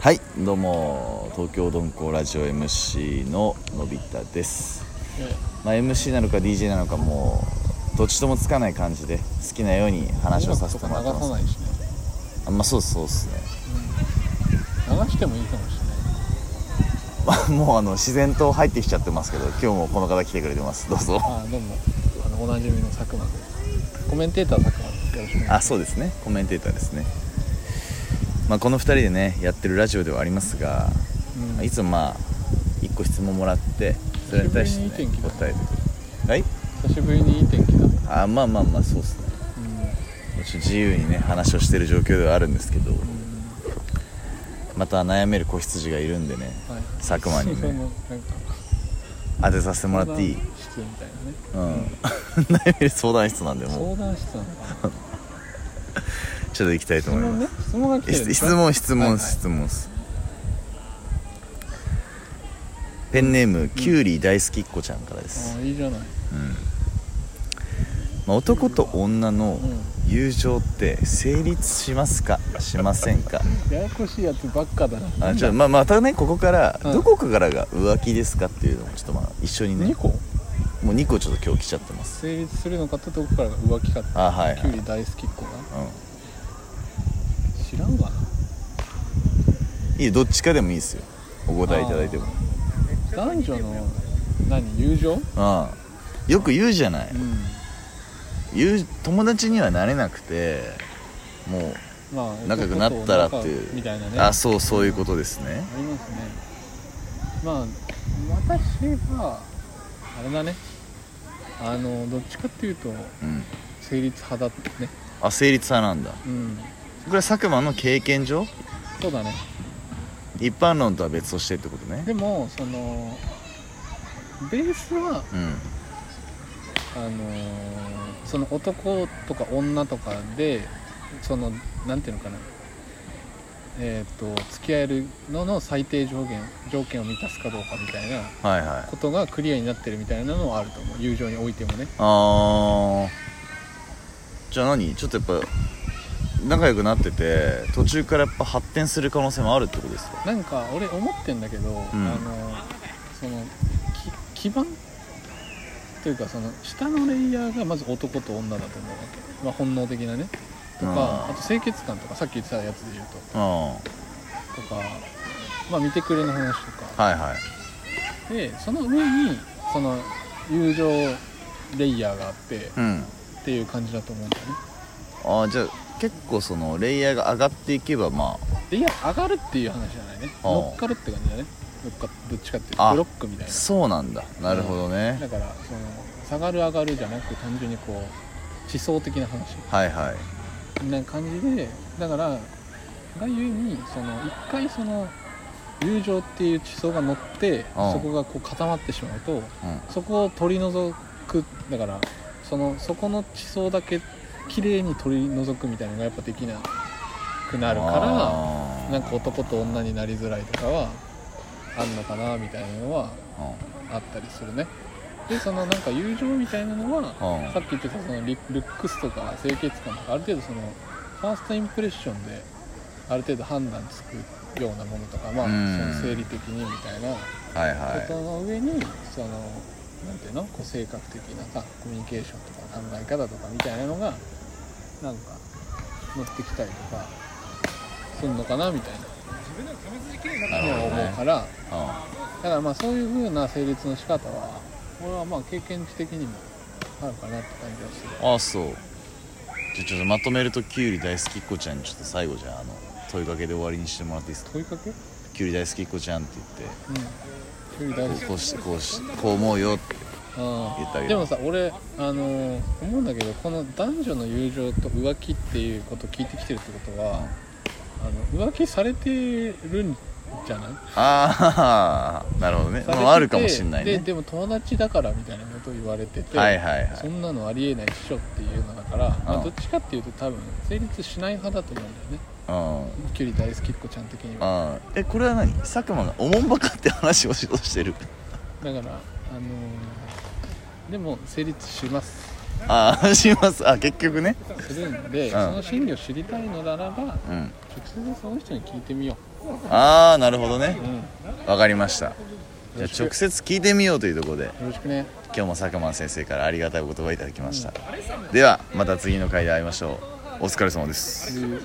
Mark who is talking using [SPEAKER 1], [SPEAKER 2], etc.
[SPEAKER 1] はいどうも東京鈍行ラジオ MC ののび太です、まあ、MC なのか DJ なのかもうどっちともつかない感じで好きなように話をさせてもらって
[SPEAKER 2] 音楽と
[SPEAKER 1] ま
[SPEAKER 2] か
[SPEAKER 1] す
[SPEAKER 2] 流さないしね
[SPEAKER 1] あまあそうそうっすね
[SPEAKER 2] 流してもいいかもしれない
[SPEAKER 1] まあ もうあの自然と入ってきちゃってますけど今日もこの方来てくれてますどうぞ
[SPEAKER 2] あどうもあのおなじみの佐久間ですコメンテーター佐久間ですよろしくお願いしま
[SPEAKER 1] あそうですねコメンテーターですね、まあ、この2人でねやってるラジオではありますが、
[SPEAKER 2] うん
[SPEAKER 1] まあいつもまあ1個質問もらってそれに対して、ね、
[SPEAKER 2] 久しぶりにいい天気だね
[SPEAKER 1] 答えてくるはい
[SPEAKER 2] す久しぶりにいい天気だ、うん、
[SPEAKER 1] あまあまあまあそうですねちょっと自由にね話をしてる状況ではあるんですけどまた悩める子羊がいるんでね
[SPEAKER 2] はい
[SPEAKER 1] 佐久間に
[SPEAKER 2] その
[SPEAKER 1] ね
[SPEAKER 2] なんか
[SPEAKER 1] 当てさせてもらっていい
[SPEAKER 2] 相談室みたいなね
[SPEAKER 1] うん 悩める相談室なんでも
[SPEAKER 2] 相談室なのかな
[SPEAKER 1] うちょっと行きたいと
[SPEAKER 2] 質
[SPEAKER 1] 思います
[SPEAKER 2] 問ね質問が来て
[SPEAKER 1] え
[SPEAKER 2] るんで
[SPEAKER 1] 質
[SPEAKER 2] すか
[SPEAKER 1] 問質問、
[SPEAKER 2] はいはい
[SPEAKER 1] 質問っすペンネーム、キュウリ大好きっ子ちゃんからです、
[SPEAKER 2] あいいじゃない
[SPEAKER 1] まあ、男と女の
[SPEAKER 2] う
[SPEAKER 1] 友情って成立しますかしませんか
[SPEAKER 2] ややこしいやつばっかだな
[SPEAKER 1] あちょまあまたねここから、
[SPEAKER 2] うん
[SPEAKER 1] どこからが浮気ですかっていうのもちょっとまあ一緒にね
[SPEAKER 2] 2個
[SPEAKER 1] もう2個ちょっと今日来ちゃってます
[SPEAKER 2] 成立するのかとどこからが浮気かって
[SPEAKER 1] あはい
[SPEAKER 2] キ
[SPEAKER 1] はい、
[SPEAKER 2] ュウ
[SPEAKER 1] うん
[SPEAKER 2] リ、大好きっ子が知らんわ
[SPEAKER 1] いいよどっちかでもいいですよお答えいただいても
[SPEAKER 2] な男女の何友情
[SPEAKER 1] うんよく言うじゃない、
[SPEAKER 2] うん
[SPEAKER 1] 言う友達にはなれなくてもう
[SPEAKER 2] まあ
[SPEAKER 1] 仲良くなったらって
[SPEAKER 2] 男と女
[SPEAKER 1] いう
[SPEAKER 2] みたいなね
[SPEAKER 1] あそうそういうことですね
[SPEAKER 2] ありますねまあ私はあれだねあのどっちかっていうと
[SPEAKER 1] うん
[SPEAKER 2] 成立派だってね
[SPEAKER 1] あ成立派なんだ
[SPEAKER 2] うん
[SPEAKER 1] これは佐久間の経験上
[SPEAKER 2] そうだね
[SPEAKER 1] 一般論とは別としてってことね
[SPEAKER 2] でもそのベースは
[SPEAKER 1] うん
[SPEAKER 2] あのーその男とか女とかでそのなんていうのかなえっ、と付き合えるのの最低条件条件を満たすかどうかみたいな
[SPEAKER 1] はいはい
[SPEAKER 2] ことがクリアになってるみたいなのはあると思う友情においてもね
[SPEAKER 1] あーじゃあ何ちょっとやっぱ仲良くなってて途中からやっぱ発展する可能性もあるってことですか
[SPEAKER 2] なんか俺思ってんだけど、
[SPEAKER 1] ん
[SPEAKER 2] あのそのき基盤というかその下のレイヤーがまず男と女だと思うわけ、まあ、本能的なねとか
[SPEAKER 1] あー
[SPEAKER 2] あと清潔感とかさっき言ってたやつで言うと
[SPEAKER 1] うんは
[SPEAKER 2] とか、まあ、見てくれの話と
[SPEAKER 1] い
[SPEAKER 2] か
[SPEAKER 1] はい
[SPEAKER 2] でその上にその友情レイヤーがあってっ
[SPEAKER 1] うん
[SPEAKER 2] ていう感じだと思うんだよね
[SPEAKER 1] ああじゃあ結構そのレイヤーが上がっていけばま
[SPEAKER 2] でいや上がるっていう話じゃないね
[SPEAKER 1] あー
[SPEAKER 2] 乗っかるって感じだね乗っかどっちかっていう
[SPEAKER 1] あ
[SPEAKER 2] とブロックみたい
[SPEAKER 1] あ
[SPEAKER 2] な
[SPEAKER 1] そうなんだなるほどね
[SPEAKER 2] だからその下がる上がるじゃなく単純にこう思想的な話
[SPEAKER 1] はいはい
[SPEAKER 2] みたいな感じでだからがゆえにその一回その友情っていう思想が乗って
[SPEAKER 1] うん
[SPEAKER 2] そこがこう固まってしまうと
[SPEAKER 1] うん
[SPEAKER 2] そこを取り除くだからそのそこの思想だけ綺麗に取り除くみたいなのがやっぱできなくなるか
[SPEAKER 1] あ
[SPEAKER 2] ら
[SPEAKER 1] ー
[SPEAKER 2] なんか男と女になりづらいとかはあんのかなみたいなのはあったりするねでそのなんか友情みたいなのは
[SPEAKER 1] うんうん
[SPEAKER 2] さっき言ってたそのリルックスとか清潔感とかある程度そのファーストインプレッションである程度判断つくようなものとかまあ
[SPEAKER 1] う
[SPEAKER 2] そ
[SPEAKER 1] ん
[SPEAKER 2] の生理的にみたいなこ
[SPEAKER 1] はい
[SPEAKER 2] と
[SPEAKER 1] は
[SPEAKER 2] の上にそのなんていうのこう性格的なさコミュニケーションとか考え方とかみたいなのがなんか乗ってきたりとかするのかなみたい
[SPEAKER 1] いなるほ
[SPEAKER 2] なのは
[SPEAKER 1] ど
[SPEAKER 2] 思う
[SPEAKER 1] ね
[SPEAKER 2] から。
[SPEAKER 1] う
[SPEAKER 2] だからまあそういう風な成立の仕方は俺はまあ経験値的にもあるかなって感じがする
[SPEAKER 1] んああそうじゃあちょっとまとめるとキュウリ大好きっ子ちゃんにちょっと最後じゃああの問いかけで終わりにしてもらっていいですか
[SPEAKER 2] 問いかけうん
[SPEAKER 1] キュウリ大好きっ子ちゃんって言って
[SPEAKER 2] 距離大
[SPEAKER 1] こ
[SPEAKER 2] 好
[SPEAKER 1] うこうしてこうしこう思うよって言ってあげ
[SPEAKER 2] き
[SPEAKER 1] る
[SPEAKER 2] でもさ俺あのー思うんだけどこの男女の友情と浮気っていうことを聞いてきてるってことはあの浮気されてるんじゃない
[SPEAKER 1] ああなるほどね
[SPEAKER 2] されてて
[SPEAKER 1] まああるかもしんない
[SPEAKER 2] で
[SPEAKER 1] ね
[SPEAKER 2] でも友達だからみたいなことを言われてて、
[SPEAKER 1] はいはいは
[SPEAKER 2] そ
[SPEAKER 1] い
[SPEAKER 2] んなのありえないっしょっていうのだから、まあ、どっちかっていうと多分成立しない派だと思うんだよね
[SPEAKER 1] うん
[SPEAKER 2] 距離大好きっ子ちゃん的には
[SPEAKER 1] ああえこれは何佐久間がおもんばかって話をしようとしてる
[SPEAKER 2] だからあのーでも成立します
[SPEAKER 1] ああしますあ結局ね
[SPEAKER 2] するんで、
[SPEAKER 1] ん
[SPEAKER 2] その心理を知りたいのならば直
[SPEAKER 1] うん
[SPEAKER 2] 接その人に聞いてみよ
[SPEAKER 1] ああなるほどね
[SPEAKER 2] う、うん、よ
[SPEAKER 1] わかりましたじゃ
[SPEAKER 2] ろ
[SPEAKER 1] あ
[SPEAKER 2] しく
[SPEAKER 1] 直接聞いてみようというところで
[SPEAKER 2] ろしくね
[SPEAKER 1] 今日も佐久間先生からありがたいお言葉いただきました、ではまた次の回で会いましょうお疲れ様です
[SPEAKER 2] っていう